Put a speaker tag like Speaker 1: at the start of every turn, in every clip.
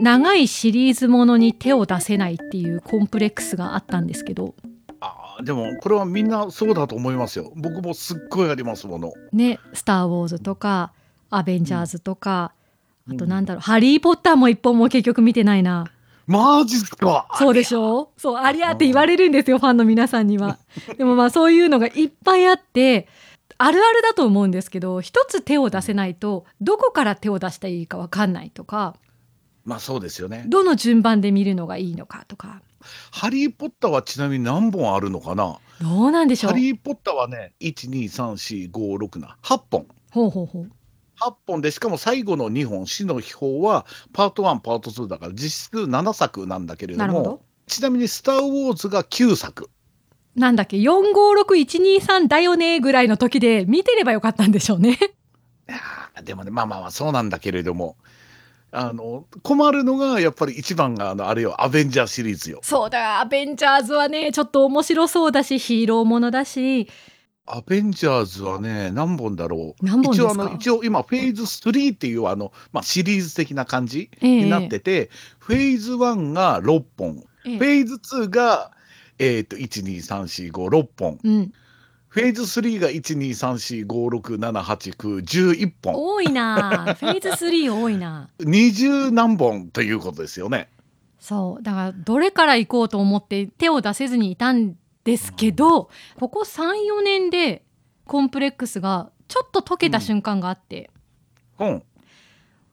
Speaker 1: 長いシリーズものに手を出せないっていうコンプレックスがあったんですけど
Speaker 2: あーでもこれはみんなそうだと思いますよ。僕もすっごいありますもの。
Speaker 1: ね「スター・ウォーズ」とか「アベンジャーズ」とか、
Speaker 2: うん
Speaker 1: あとなんだろう「ハリー・ポッター」も一本も結局見てないな
Speaker 2: マジっすか
Speaker 1: そうでしょうそうありゃって言われるんですよファンの皆さんにはでもまあそういうのがいっぱいあってあるあるだと思うんですけど一つ手を出せないとどこから手を出したらいいかわかんないとか
Speaker 2: まあそうですよね。
Speaker 1: どの順番で見るのがいいのかとか
Speaker 2: ハリー・ポッターはちなみに何本あるのかな
Speaker 1: どうなんでしょう
Speaker 2: ハリー・ポッターはね、1、2、3、4、5、6な、8本。
Speaker 1: ほうほうほう
Speaker 2: 8本で、しかも最後の2本、死の秘宝はパート1、パート2だから実質7作なんだけれど
Speaker 1: なるほ
Speaker 2: も、
Speaker 1: ど
Speaker 2: ちなみにスター・ウォーズが9作。
Speaker 1: なんだっけ456123だよねぐらいの時で見てればよかったんでしょうね
Speaker 2: いやーでもね、まあまあまあそうなんだけれども、あの、困るのがやっぱり一番があの、あれよ、アベンジャーシリーズよ。
Speaker 1: そうだアベンジャーズはねちょっと面白そうだしヒーローものだし
Speaker 2: アベンジャーズはね、何本だろう。
Speaker 1: 何本ですか
Speaker 2: 一応あの、一応今、フェーズ3っていうあの、まあ、シリーズ的な感じ
Speaker 1: ええ
Speaker 2: になってて、フェーズ1が6本、フェーズ2が、えっ、と、1、2、3、4、5、6本。
Speaker 1: うん
Speaker 2: フェーズ3が1、2、3、4、5、6、7、8、9、11本。
Speaker 1: 多いなあフェーズ3多いな
Speaker 2: 20何本ということですよね。
Speaker 1: そうだからどれから行こうと思って手を出せずにいたんですけどここ34年でコンプレックスがちょっと解けた瞬間があって、
Speaker 2: うん。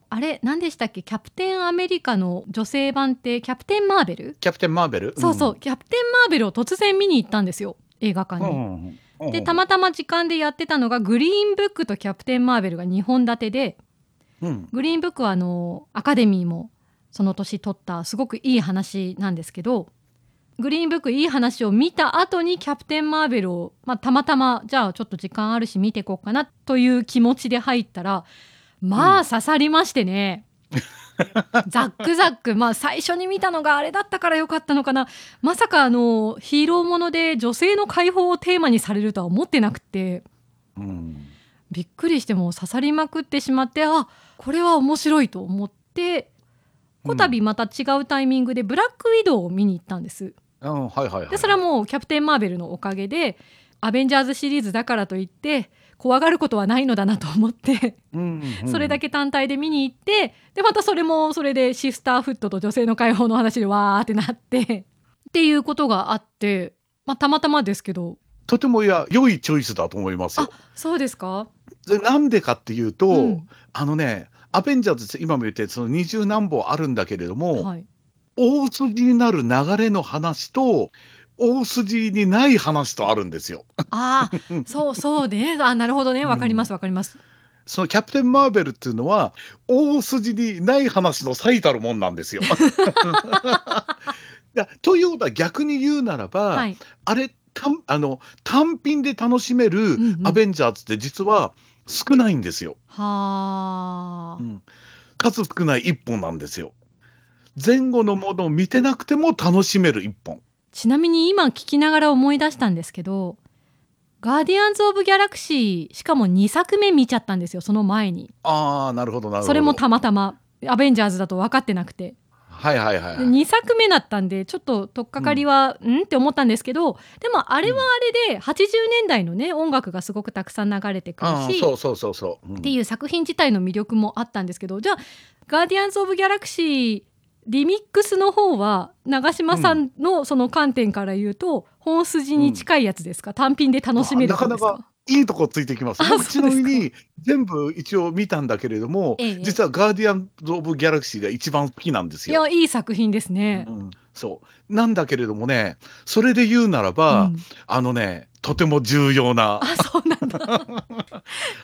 Speaker 1: あれ何でしたっけキャプテンアメリカの女性版ってキャプテンマーベル
Speaker 2: キャプテン・マーベル。
Speaker 1: そうそう、キャプテン・マーベルを突然見に行ったんですよ映画館
Speaker 2: うん。う
Speaker 1: に。
Speaker 2: んうんうん
Speaker 1: でたまたま時間でやってたのが「グリーンブック」と「キャプテン・マーベル」が2本立てで
Speaker 2: うん
Speaker 1: グリーンブックはあのアカデミーもその年取ったすごくいい話なんですけどグリーンブックいい話を見た後に「キャプテン・マーベルを」まあ、たまたまじゃあちょっと時間あるし見てこうかなという気持ちで入ったらまあ刺さりまして ね。ザックザックまあ最初に見たのがあれだったからよかったのかなまさかあのヒーローもので女性の解放をテーマにされるとは思ってなくて
Speaker 2: うん。
Speaker 1: びっくりしてもう刺さりまくってしまってあこれは面白いと思ってこたびまた違うタイミングで「ブラックウィドウ」を見に行ったんです。
Speaker 2: うん、はいはいはい。
Speaker 1: でそれはもう「キャプテン・マーベル」のおかげで「アベンジャーズ」シリーズだからといって怖がることはないのだなと思って
Speaker 2: うんうん
Speaker 1: それだけ単体で見に行ってでまたそれもそれでシスターフットと女性の解放の話でわーってなってっていうことがあって、まあ、たまたまですけど
Speaker 2: とてもいや良いチョイスだと思いますよ。
Speaker 1: そうですか
Speaker 2: でなんでかっていうと、
Speaker 1: うん
Speaker 2: あのね「アベンジャーズ」今も言ってその二十何本あるんだけれども、
Speaker 1: はい、
Speaker 2: 大筋になる流れの話と大筋にない話とあるんですよ。
Speaker 1: ああそうそうねあなるほどねわかりますわかります、
Speaker 2: そのキャプテン・マーベルっていうのは大筋にない話の最たるもんな んですよ。だということは逆に言うならば、
Speaker 1: はい
Speaker 2: あれ単あの単品で楽しめる
Speaker 1: んうん
Speaker 2: アベンジャーズって実は少ないんですよ。
Speaker 1: はあ、
Speaker 2: うん数少ない一本なんですよ。前後のものを見てなくても楽しめる一本。
Speaker 1: ちなみに今聞きながら思い出したんですけど「ガーディアンズ・オブ・ギャラクシー」しかも2作目見ちゃったんですよその前に
Speaker 2: ああ、なるほど、なるほど。
Speaker 1: それもたまたま「アベンジャーズ」だと分かってなくて
Speaker 2: はいはいはい
Speaker 1: で
Speaker 2: はい。
Speaker 1: 2作目だったんでちょっと取っかかりは、うん、って思ったんですけどでもあれはあれで80年代のね音楽がすごくたくさん流れてくる
Speaker 2: ああ、
Speaker 1: し、
Speaker 2: そうそうそうそう。うん
Speaker 1: っていう作品自体の魅力もあったんですけどじゃあ「ガーディアンズ・オブ・ギャラクシー」リミックスの方は長嶋さんのその観点から言うと本筋に近いやつですか、単品で楽しめる方ですか
Speaker 2: あなかないいとこついてきます。
Speaker 1: あ
Speaker 2: 僕ち
Speaker 1: そう
Speaker 2: な
Speaker 1: ですか
Speaker 2: みに全部一応見たんだけれども、
Speaker 1: ええ
Speaker 2: 実はガーディアンズ・オブ・ギャラクシーが一番好きなんです
Speaker 1: い
Speaker 2: よ。
Speaker 1: やいい作品ですね。
Speaker 2: うん、そうなんだけれどもねそれで言うならば、
Speaker 1: うん
Speaker 2: あのねとても重要な
Speaker 1: あそうなんだ。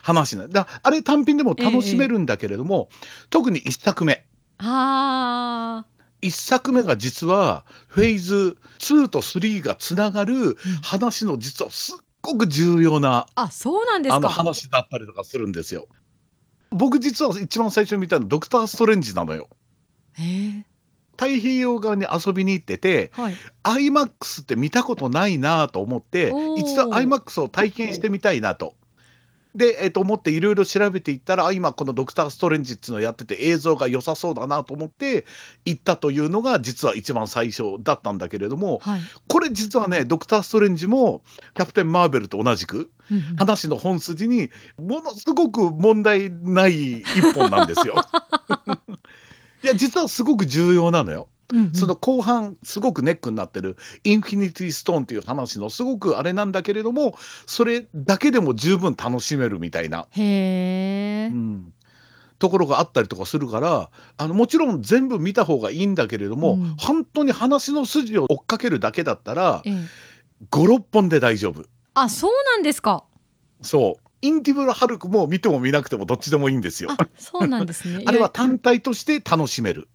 Speaker 2: 話なんだあれ単品でも楽しめるんだけれども、特に1作目
Speaker 1: あ
Speaker 2: 1作目が実はフェーズ2と3がつながる話の実はすっごく重要な
Speaker 1: ーあそうなんです
Speaker 2: あの
Speaker 1: か。
Speaker 2: 話だったりとかするんですよ。僕実は一番最初に見たのドクター・ストレンジなのよ。
Speaker 1: へえ
Speaker 2: 太平洋側に遊びに行ってて
Speaker 1: はい
Speaker 2: IMAX って見たことないなと思って
Speaker 1: おー
Speaker 2: 一度 IMAX を体験してみたいなと。で、えっと思っていろいろ調べていったらあ今この「ドクター・ストレンジ」っていうのをやってて映像が良さそうだなと思って行ったというのが実は一番最初だったんだけれども
Speaker 1: はい、
Speaker 2: これ実はね「ドクター・ストレンジ」も「キャプテン・マーベル」と同じく
Speaker 1: うんうん
Speaker 2: 話の本筋にものすごく問題ない一本な んですよ。いや実はすごく重要なのよ。
Speaker 1: うんうん
Speaker 2: その後半すごくネックになってるインフィニティストーンっていう話のすごくあれなんだけれどもそれだけでも十分楽しめるみたいな、
Speaker 1: へえ、
Speaker 2: うん、ところがあったりとかするからあのもちろん全部見た方がいいんだけれども、
Speaker 1: うん
Speaker 2: 本当に話の筋を追っかけるだけだったら
Speaker 1: ええ
Speaker 2: 56本で大丈夫。
Speaker 1: あそうなんですか
Speaker 2: そうインティブル・ハルクも見ても見なくてもどっちでもいいんですよ。
Speaker 1: あそうなんですね
Speaker 2: あれは単体として楽しめる。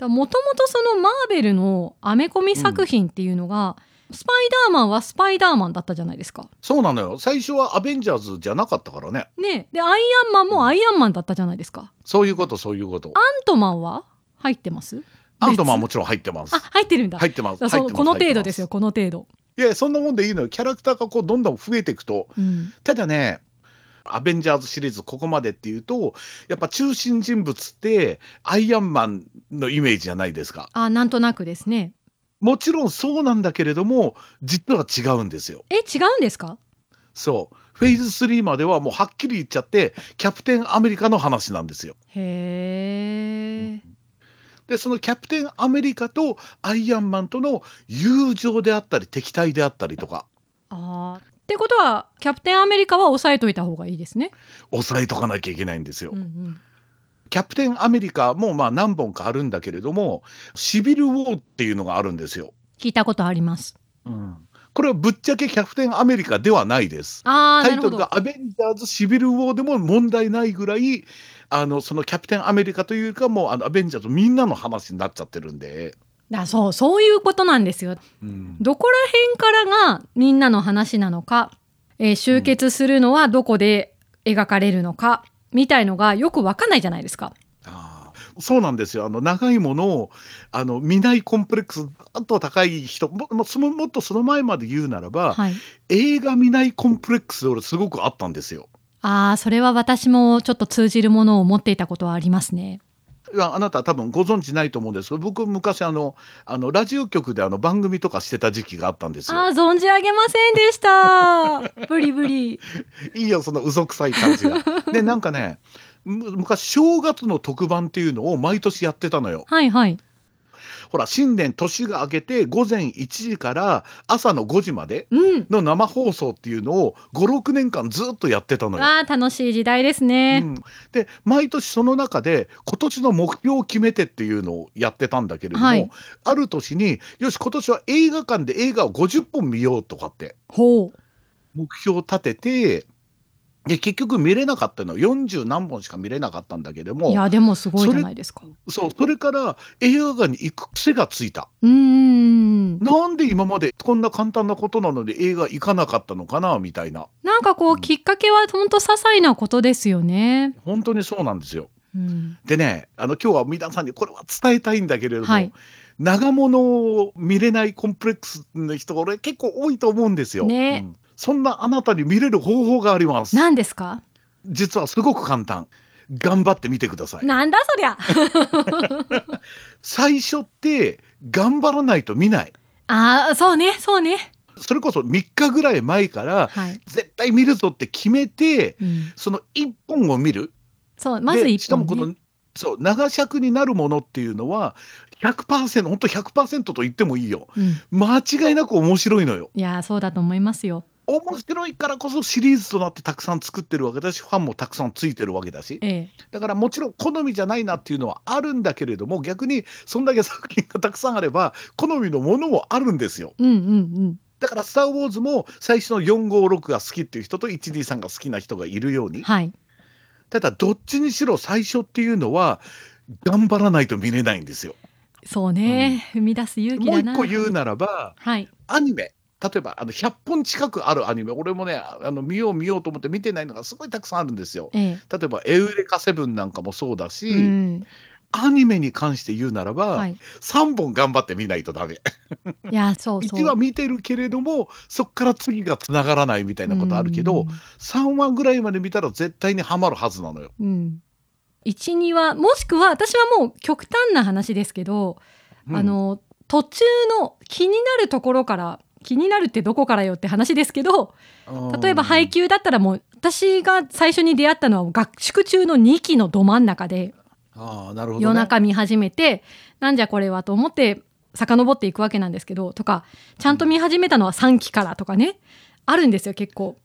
Speaker 1: もともとそのマーベルのアメコミ作品っていうのが、スパイダーマンはスパイダーマンだったじゃないですか。
Speaker 2: そうなのよ。最初はアベンジャーズじゃなかったからね。
Speaker 1: ねでアイアンマンもアイアンマンだったじゃないですか。
Speaker 2: そういうこと、そういうこと。
Speaker 1: アントマンは入ってます
Speaker 2: アントマンは
Speaker 1: も
Speaker 2: もちろん入ってます
Speaker 1: あ。入ってるんだ。
Speaker 2: 入ってます。
Speaker 1: だから
Speaker 2: 入っ
Speaker 1: そ
Speaker 2: て
Speaker 1: う
Speaker 2: ます
Speaker 1: この程度ですよ。この程度。
Speaker 2: いや、そんなもんでいいのよ。キャラクターがこうどんどん増えていくと。
Speaker 1: うん、
Speaker 2: ただね、アベンジャーズシリーズここまでっていうと、やっぱ中心人物ってアイアンマンのイメージじゃないですか。
Speaker 1: あなんとなくですね。
Speaker 2: もちろんそうなんだけれども、実は違うんですよ。
Speaker 1: え違うんですか
Speaker 2: そう。フェーズ3まではもうはっきり言っちゃって、キャプテンアメリカの話なんですよ。
Speaker 1: へえ。
Speaker 2: でそのキャプテンアメリカとアイアンマンとの友情であったり敵対であったりとか
Speaker 1: あーってことはキャプテンアメリカは抑えといた方がいいですね。
Speaker 2: 抑えとかなきゃいけないんですよ。
Speaker 1: うんうん、
Speaker 2: キャプテンアメリカもまあ何本かあるんだけれどもシビルウォーっていうのがあるんですよ。
Speaker 1: 聞いたことあります。
Speaker 2: うん、これはぶっちゃけキャプテンアメリカではないです。
Speaker 1: あー
Speaker 2: タ
Speaker 1: な
Speaker 2: イ
Speaker 1: る
Speaker 2: ト
Speaker 1: ほど。
Speaker 2: ルが「アベンジャーズ・シビル・ウォー」でも問題ないぐらいあのそのキャプテンアメリカというかもうあのアベンジャーズみんなの話になっちゃってるんで、
Speaker 1: だそうそういうことなんですよ。
Speaker 2: うん、
Speaker 1: どこら辺からがみんなの話なのか、えー集結するのはどこで描かれるのか、みたいのがよくわかんないじゃないですか。
Speaker 2: ああそうなんですよあの長いものをあの見ないコンプレックスあと高い人ももうそのもっとその前まで言うならば、
Speaker 1: はい。
Speaker 2: 映画見ないコンプレックス俺すごくあったんですよ。
Speaker 1: ああ、それは私もちょっと通じるものを持っていたことはありますね。
Speaker 2: いやあなた多分ご存知ないと思うんですけど僕昔あのあのラジオ局であの番組とかしてた時期があったんです
Speaker 1: あ
Speaker 2: よ。
Speaker 1: あ、存じ上げませんで した。ブリブリ。
Speaker 2: いいよその嘘くさい感じが。でなんかねむ昔正月の特番っていうのを毎年やってたのよ。
Speaker 1: はいはい。
Speaker 2: ほら新年年が明けて午前1時から朝の5時まで
Speaker 1: うん。
Speaker 2: の生放送っていうのを56年間ずっとやってたのよ。
Speaker 1: ああ、楽しい時代です
Speaker 2: う
Speaker 1: ね。
Speaker 2: ん、で毎年その中で今年の目標を決めてっていうのをやってたんだけれども、
Speaker 1: はい
Speaker 2: ある年によし今年は映画館で映画を50本見ようとかって
Speaker 1: ほう。
Speaker 2: 目標を立ててで結局見れなかったの40何本しか見れなかったんだけれど
Speaker 1: い
Speaker 2: も
Speaker 1: や、でもすごいじゃないですか。
Speaker 2: そうそれから映画館に行く癖がついた
Speaker 1: うーん。
Speaker 2: なんで今までこんな簡単なことなので映画行かなかったのかなみたいな
Speaker 1: なんかこ
Speaker 2: う
Speaker 1: う、
Speaker 2: ん
Speaker 1: きっかけは本当些細なことですよね。
Speaker 2: 本当にそうなんですよ。
Speaker 1: うん。
Speaker 2: でね、あの今日は皆さんにこれは伝えたいんだけれども、
Speaker 1: はい。
Speaker 2: 長物を見れないコンプレックスの人、俺結構多いと思うんですよ。
Speaker 1: ね
Speaker 2: うんそんなあなたに見れる方法があります。
Speaker 1: 何ですか
Speaker 2: 実はすごく簡単。頑張ってみてください。
Speaker 1: なんだそりゃ
Speaker 2: 最初って頑張らないと見ない。
Speaker 1: ああそうねそうね
Speaker 2: それこそ3日ぐらい前から
Speaker 1: はい、
Speaker 2: 絶対見るぞって決めて、
Speaker 1: うん、
Speaker 2: その1本を見る。
Speaker 1: そうまず
Speaker 2: で
Speaker 1: 一
Speaker 2: しかも
Speaker 1: 本、
Speaker 2: こ
Speaker 1: ね
Speaker 2: の、そう長尺になるものっていうのは100%本当100%と言ってもいいよ。
Speaker 1: うん、
Speaker 2: 間違いなく面白いのよ
Speaker 1: いやーそうだと思いますよ
Speaker 2: 面白いからこそシリーズとなってたくさん作ってるわけだしファンもたくさんついてるわけだし
Speaker 1: ええ
Speaker 2: だからもちろん好みじゃないなっていうのはあるんだけれども逆にそんだけ作品がたくさんあれば好みのものもあるんですよ
Speaker 1: うんうん
Speaker 2: だから「スター・ウォーズ」も最初の456が好きっていう人と123が好きな人がいるよう
Speaker 1: うん
Speaker 2: に
Speaker 1: はい
Speaker 2: ただどっちにしろ最初っていうのは頑張らないと見れないんですよ
Speaker 1: そうね、生み出す勇気
Speaker 2: もう
Speaker 1: だな
Speaker 2: 一個言うならば
Speaker 1: はい
Speaker 2: アニメ例えばあの100本近くあるアニメ俺もねあの見よう見ようと思って見てないのがすごいたくさんあるんですよ。
Speaker 1: え
Speaker 2: 例えば「エウレカセブン」なんかもそうだ
Speaker 1: え
Speaker 2: し、
Speaker 1: うん
Speaker 2: アニメに関して言うならば、
Speaker 1: はい、
Speaker 2: 3本頑張って見ないとダメ。
Speaker 1: いやそうそう
Speaker 2: 1は見てるけれどもそこから次がつながらないみたいなことあるけど、3話ぐらいまで見たら絶対にはまるはずなのよ。
Speaker 1: うんうん、12話もしくは私はもう極端な話ですけど、
Speaker 2: うん
Speaker 1: あの途中の気になるところから気になるってどこからよって話ですけど例えば配給だったらもう私が最初に出会ったのは学宿中の2期のど真ん中で
Speaker 2: あーなるほど、ね、
Speaker 1: 夜中見始めて、なんじゃこれはと思って遡っていくわけなんですけどとかちゃんと見始めたのは3期からとかねあるんですよ結構。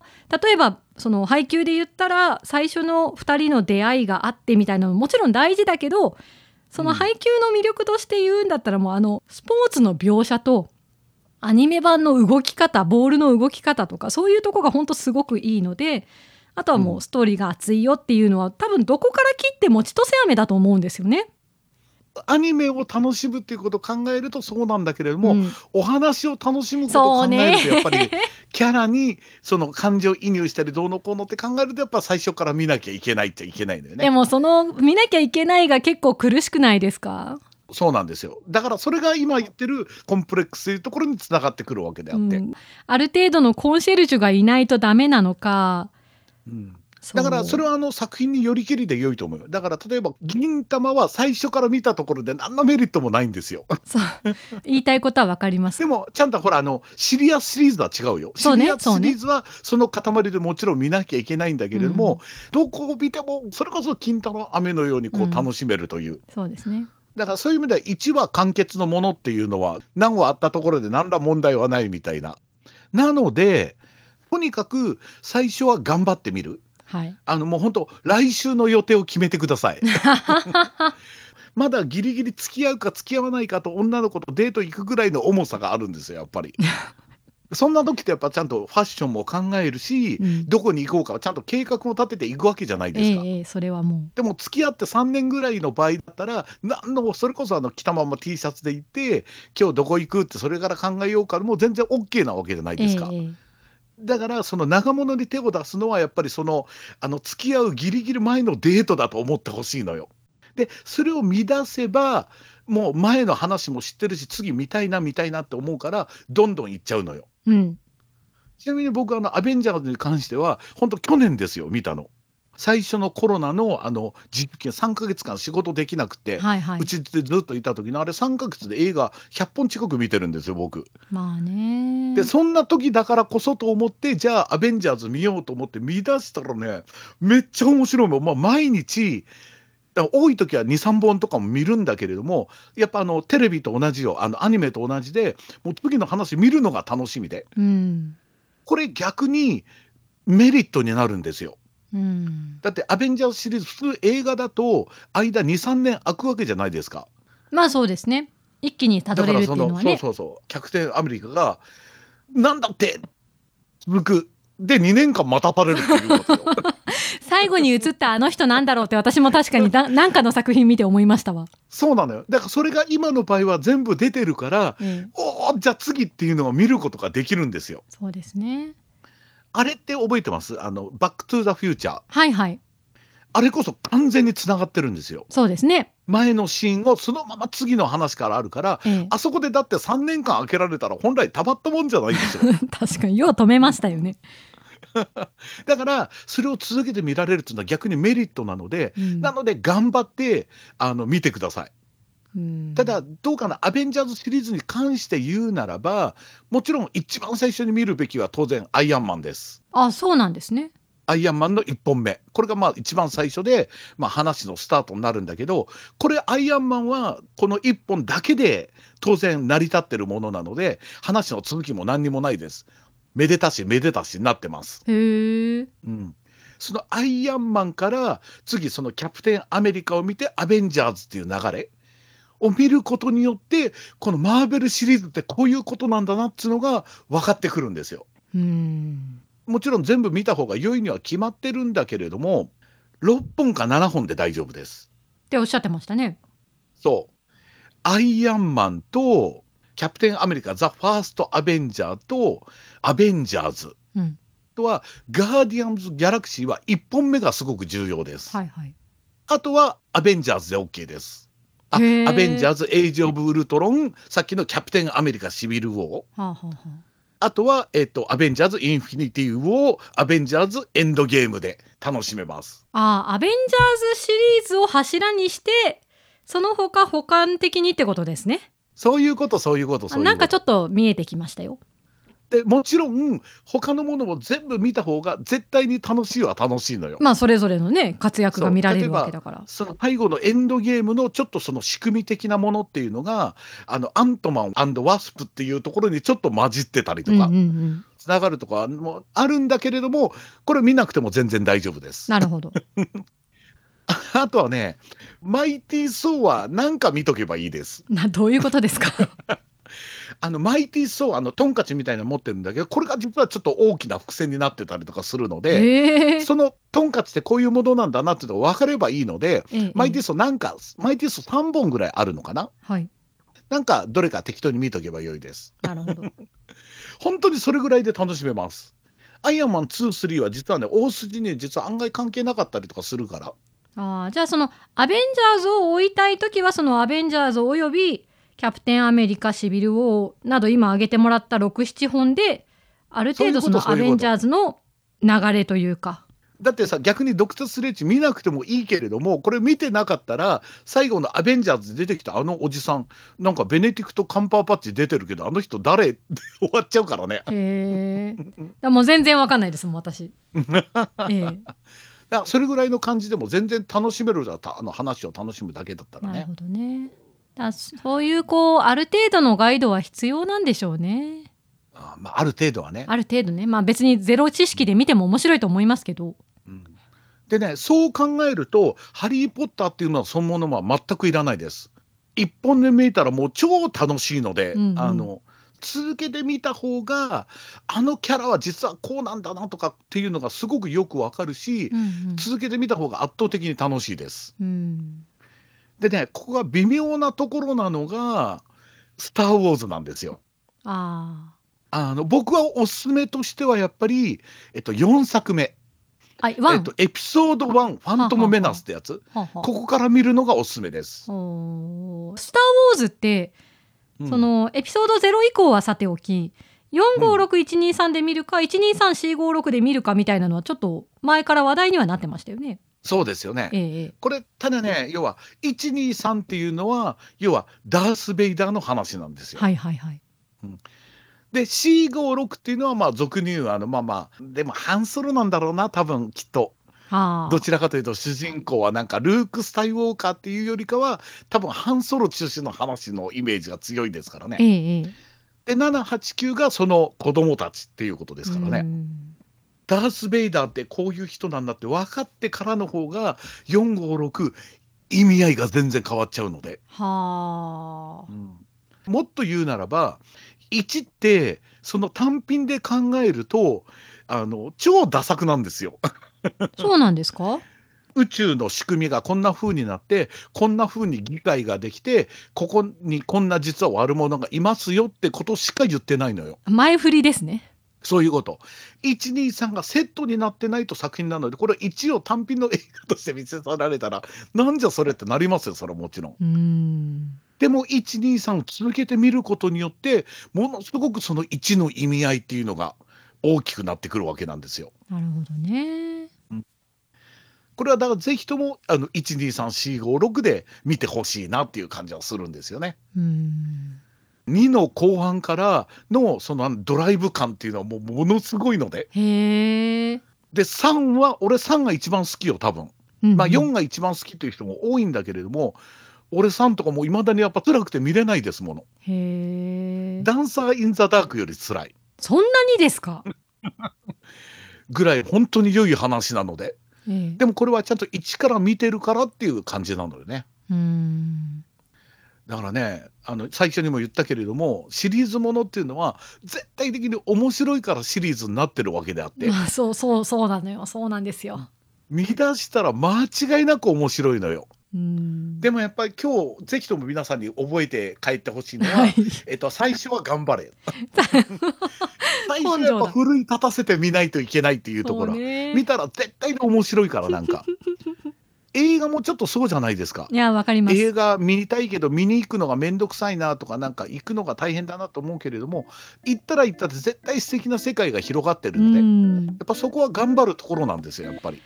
Speaker 1: 例えばその配給で言ったら最初の2人の出会いがあってみたいなのももちろん大事だけどその配給の魅力として言うんだったらもうあのスポーツの描写とアニメ版の動き方ボールの動き方とかそういうとこが本当すごくいいのであとはもうストーリーが熱いよっていうのは多分どこから切っても千歳飴だと思うんですよね。
Speaker 2: アニメを楽しむっていうことを考えるとそうなんだけれども、
Speaker 1: うん
Speaker 2: お話を楽しむことを考える
Speaker 1: そう
Speaker 2: と
Speaker 1: ね
Speaker 2: やっぱりキャラにその感情移入したりどうのこうのって考えるとやっぱ最初から見なきゃいけないっちゃいけないんだよ
Speaker 1: で
Speaker 2: ね。
Speaker 1: もその見なきゃいけないが結構苦しくないですか、
Speaker 2: そうなんですよ。だからそれが今言ってるコンプレックスというところにつながってくるわけであ
Speaker 1: う
Speaker 2: って。
Speaker 1: ん、ある程度のコンシェルジュがいないとダメなのか
Speaker 2: うんだからそれ
Speaker 1: は
Speaker 2: はあの作品によりけりで良いと思うよ。だから例えば銀玉は最初から見たところで何のメリットもないんです よ。
Speaker 1: そう言いたいことはわかります
Speaker 2: でもちゃんとほらあのシリアスシリーズは違うよ。シ
Speaker 1: そうね
Speaker 2: リアスシリーズはその塊でもちろん見なきゃいけないんだけれども、どこを見てもそれこそ金太の雨のようにこ
Speaker 1: うん
Speaker 2: う楽しめるという。
Speaker 1: そうですね
Speaker 2: だからそういう意味では1話完結のものっていうのは何話あったところで何ら問題はないみたいな。なのでとにかく最初は頑張ってみる。
Speaker 1: はい
Speaker 2: あのもう本当来週の予定を決めてくだ さい。まだギリギリ付き合うか付き合わないかと女の子とデート行くぐらいの重さがあるんですよやっぱり。そんな時ってやっぱちゃんとファッションも考えるし、
Speaker 1: うん
Speaker 2: どこに行こうかちゃんと計画も立てていくわけじゃないで
Speaker 1: え
Speaker 2: す
Speaker 1: え
Speaker 2: か。
Speaker 1: ええそれはも
Speaker 2: でも付き合って3年ぐらいの場合だったら何のそれこそあの着たまま T シャツで行って今日どこ行くってそれから考えようからもう全然 OK なわけじゃないうですか。
Speaker 1: ええええ
Speaker 2: だからその長物に手を出すのはやっぱりそのあの付き合うギリギリ前のデートだと思ってほしいのよ。でそれを乱せばもう前の話も知ってるし次見たいな見たいなって思うからどんどん行っちゃうのよ。
Speaker 1: うん
Speaker 2: ちなみに僕あの「アベンジャーズ」に関しては本当去年ですよ見たの。最初のコロナのあの実験3ヶ月間仕事できなくて、
Speaker 1: はいはいう
Speaker 2: ちでずっといた時のあれ3ヶ月で映画100本近く見てるんですよ僕。
Speaker 1: まあね
Speaker 2: でそんな時だからこそと思ってじゃあ「アベンジャーズ」見ようと思って見出したらねめっちゃ面白いもん、まあ、毎日だから多い時は23本とかも見るんだけれどもやっぱあのテレビと同じよあのアニメと同じでもう次の話見るのが楽しみで
Speaker 1: うん
Speaker 2: これ逆にメリットになるんですよ。
Speaker 1: うん
Speaker 2: だって「アベンジャーズ」シリーズ普通映画だと間23年空くわけじゃないですか。
Speaker 1: まあそうですね一気にたどれるっていうのは
Speaker 2: だから
Speaker 1: ね
Speaker 2: そのそうそうそうキャプテンアメリカがなんだって続くで2年間待たされるっていう ことよ
Speaker 1: 最後に映ったあの人なんだろうって私も確か に何かの作品見て思いましたわ、
Speaker 2: そうなのよだからそれが今の場合は全部出てるから
Speaker 1: ええ、
Speaker 2: おおじゃあ次っていうのを見ることができるんですよ
Speaker 1: そうですね
Speaker 2: あれって覚えてますあのバックトゥザフューチャー
Speaker 1: はいはい
Speaker 2: あれこそ完全につながってるんですよ
Speaker 1: そうですね、
Speaker 2: 前のシーンをそのまま次の話からあるから
Speaker 1: ええ、
Speaker 2: あそこでだって3年間開けられたら本来たまったもんじゃないんですよ
Speaker 1: 確かによう止めましたよね、
Speaker 2: だからそれを続けて見られるっていうのは逆にメリットなので
Speaker 1: うん
Speaker 2: なので頑張ってあの見てください。
Speaker 1: うん
Speaker 2: ただどうかな「アベンジャーズ」シリーズに関して言うならばもちろん一番最初に見るべきは当然アイアンマンです。
Speaker 1: あそうなんですね
Speaker 2: アイアンマンの1本目これがまあ一番最初で、まあ、話のスタートになるんだけどこれアイアンマンはこの1本だけで当然成り立ってるものなので話の続きも何にもないです。めでたしめでたしになってます。
Speaker 1: へえ
Speaker 2: うん、そのアイアンマンから次そのキャプテンアメリカを見てアベンジャーズっていう流れを見ることによってこのマーベルシリーズってこういうことなんだなっていうのが分かってくるんですよ。
Speaker 1: うん
Speaker 2: もちろん全部見た方が良いには決まってるんだけれども6本か7本で大丈夫です。
Speaker 1: っておっしゃってましたね
Speaker 2: そうアイアンマンとキャプテンアメリカザ・ファースト・アベンジャーとアベンジャーズ
Speaker 1: うん
Speaker 2: あとはガーディアンズ・ギャラクシーは1本目がすごく重要です。
Speaker 1: はいはい
Speaker 2: あとはアベンジャーズで OK です。あア
Speaker 1: へー
Speaker 2: ベンジャーズ、エイジ・オブ・ウルトロン、さっきのキャプテン・アメリカ、シビル・ウォー、
Speaker 1: はあはあは
Speaker 2: あとは、えっと、アベンジャーズ、インフィニティ・ウォー、アベンジャーズ、エンドゲームで楽しめます。
Speaker 1: あ。あーアベンジャーズシリーズを柱にしてその他補完的にってことですね
Speaker 2: そういうこと、そういうこと、
Speaker 1: あ
Speaker 2: そういうこと。
Speaker 1: なんかちょっと見えてきましたよ
Speaker 2: でもちろん、他のものも全部見た方が絶対に楽しいは楽しいのよ。
Speaker 1: まあそれぞれのね活躍が見られるわけだから
Speaker 2: その最後のエンドゲームのちょっとその仕組み的なものっていうのがあのアントマンワスプっていうところにちょっと混じってたりとか
Speaker 1: うんうんうん、
Speaker 2: つながるとかもあるんだけれどもこれ見なくても全然大丈夫です。
Speaker 1: なる ほど
Speaker 2: あとはね「マイティー・ソー」はなんか見とけばいいです。
Speaker 1: などういうことですか
Speaker 2: あのマイティー・ソーあのトンカチみたいなの持ってるんだけどこれが実はちょっと大きな伏線になってたりとかするの
Speaker 1: え
Speaker 2: で、
Speaker 1: え
Speaker 2: そのトンカチってこういうものなんだなっていうのが分かればいいので、
Speaker 1: ええ
Speaker 2: マイティー・ソーなんかマイティー・ソー3本ぐらいあるのかな
Speaker 1: はい
Speaker 2: なんかどれか適当に見とけばよいです。
Speaker 1: なるほど
Speaker 2: 本当にそれぐらいで楽しめます。アイアンマン2、3は実はね、大筋に実は案外関係なかったりとかするから、
Speaker 1: あーじゃあそのアベンジャーズを追いたい時はそのアベンジャーズおよびキャプテンアメリカシビルウォーなど今挙げてもらった67本である程度その
Speaker 2: そう
Speaker 1: ア
Speaker 2: いうことそういうこと
Speaker 1: ベンジャーズの流れというか
Speaker 2: だってさ、逆にドクター・スレッジ見なくてもいいけれども、これ見てなかったら、最後のアベンジャーズで出てきたあのおじさん、なんかベネディクト・カンパーパッチ出てるけど、あの人誰 って終わっちゃうからね。
Speaker 1: へえもう全然わかんないですもん私、ええ
Speaker 2: だからそれぐらいの感じでも全然楽しめるじゃんたあの話を楽しむだけだったら
Speaker 1: なる
Speaker 2: ね。
Speaker 1: ほどねだそういうこうある程度のガイドは必要なんでしょうね
Speaker 2: あまあ、ある程度はね。
Speaker 1: ある程度ねまあ別にゼロ知識で見ても面白いと思いますけど
Speaker 2: うんでね、そう考えると、ハリー・ポッターっていうのはそのものは全くいらないです。一本で見たらもう超楽しいので、
Speaker 1: うんうん
Speaker 2: あの続けて見た方が、あのキャラは実はこうなんだなとかっていうのがすごくよくわかるし、
Speaker 1: うん
Speaker 2: 続けて見た方が圧倒的に楽しいです。
Speaker 1: うん、うん、
Speaker 2: でね、ここが微妙なところなのが、スター・ウォーズなんですよ。
Speaker 1: あ
Speaker 2: あの僕はおすすめとしてはやっぱり、えっと、4作目、
Speaker 1: ーあワン、
Speaker 2: えっと、エピソード1、ファントム・メナスってやつ。
Speaker 1: はあはあ
Speaker 2: ここから見るのがおすすめです。
Speaker 1: おースター・ウォーズって、
Speaker 2: うん
Speaker 1: そのエピソード0以降はさておき456123で見るか、123456で見るかみたいなのはちょっと前から話題にはなってましたよね。
Speaker 2: そうですよね。
Speaker 1: ええええ、
Speaker 2: これただね、要は123っていうのは要はダース・ベイダーの話なんですよ。
Speaker 1: はいはいはい。
Speaker 2: で C56 っていうのはまあ俗に言うあのまあまあでもハンソロなんだろうな多分きっと
Speaker 1: あ
Speaker 2: どちらかというと主人公はなんかルーク・スタイウォーカーっていうよりかは多分ハンソロ中心の話のイメージが強いですから
Speaker 1: え
Speaker 2: ね。
Speaker 1: えええ、
Speaker 2: で789がその子供たちっていうことですからね。
Speaker 1: うん
Speaker 2: ダース・ベイダーってこういう人なんだって分かってからの方が456意味合いが全然変わっちゃうので、
Speaker 1: はあ。
Speaker 2: もっと言うならば1ってその単品で考えるとあの超ダ作なんですよ
Speaker 1: そうなんですか。
Speaker 2: 宇宙の仕組みがこんな風になってこんな風に議会ができてここにこんな実は悪者がいますよってことしか言ってないのよ。
Speaker 1: 前振りですね。
Speaker 2: そういうこと。123がセットになってないと作品なので、これ1を単品の映画として見せられたら、なんじゃそれってなりますよ、それはもちろん。
Speaker 1: うん。
Speaker 2: でも、123を続けて見ることによって、ものすごくその1の意味合いっていうのが大きくなってくるわけなんですよ。
Speaker 1: なるほどね。
Speaker 2: これはだからぜひともあの123456で見てほしいなっていう感じはするんですよね。
Speaker 1: うん。
Speaker 2: 2の後半からのそのドライブ感っていうのはもうものすごいので。
Speaker 1: へえ。
Speaker 2: で3は俺3が一番好きよ多分。
Speaker 1: うん
Speaker 2: まあ、4が一番好きという人も多いんだけれども、俺さんとかもいまだにやっぱ辛くて見れないですもの。
Speaker 1: へえ。
Speaker 2: ダンサー・イン・ザ・ダークより辛い
Speaker 1: そんなにですか。
Speaker 2: ぐらい本当に良い話なので、
Speaker 1: ええ。
Speaker 2: でもこれはちゃんと一から見てるからっていう感じなのでね。
Speaker 1: うん。
Speaker 2: だからね、あの最初にも言ったけれども、シリーズものっていうのは絶対的に面白いからシリーズになってるわけであって、
Speaker 1: まあ、そうそうそうなのよそうなんですよ。
Speaker 2: 見出したら間違いなく面白いのよ。
Speaker 1: うん、
Speaker 2: でもやっぱり今日ぜひとも皆さんに覚えて帰ってほしいのは、
Speaker 1: はい、
Speaker 2: えっと、最初は頑張 れ。最初はやっぱ奮い立たせてみないといけないっていうところ、
Speaker 1: そうね
Speaker 2: 見たら絶対に面白いからなんか映画もちょっとそうじゃないですか。
Speaker 1: いやわかります
Speaker 2: 映画見たいけど見に行くのが面倒くさいなとかなんか行くのが大変だなと思うけれども行ったら行ったって絶対素敵な世界が広がってる
Speaker 1: う
Speaker 2: ので、や
Speaker 1: ん
Speaker 2: っぱそこは頑張るところなんですよやっぱり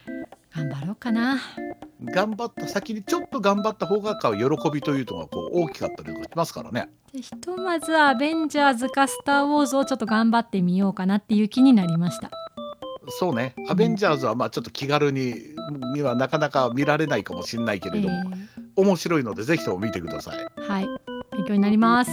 Speaker 1: 頑張ろうかな
Speaker 2: 頑張った先にちょっと頑張った方が喜びというのがこう大きかったりとかしますからね
Speaker 1: でひとまずはアベンジャーズかスター・ウォーズをちょっと頑張ってみようかなっていう気になりました
Speaker 2: そうね「アベンジャーズ」はまあちょっと気軽ににはなかなか見られないかもしれないけれども、面白いのでぜひとも見てください。
Speaker 1: えーはい勉強になります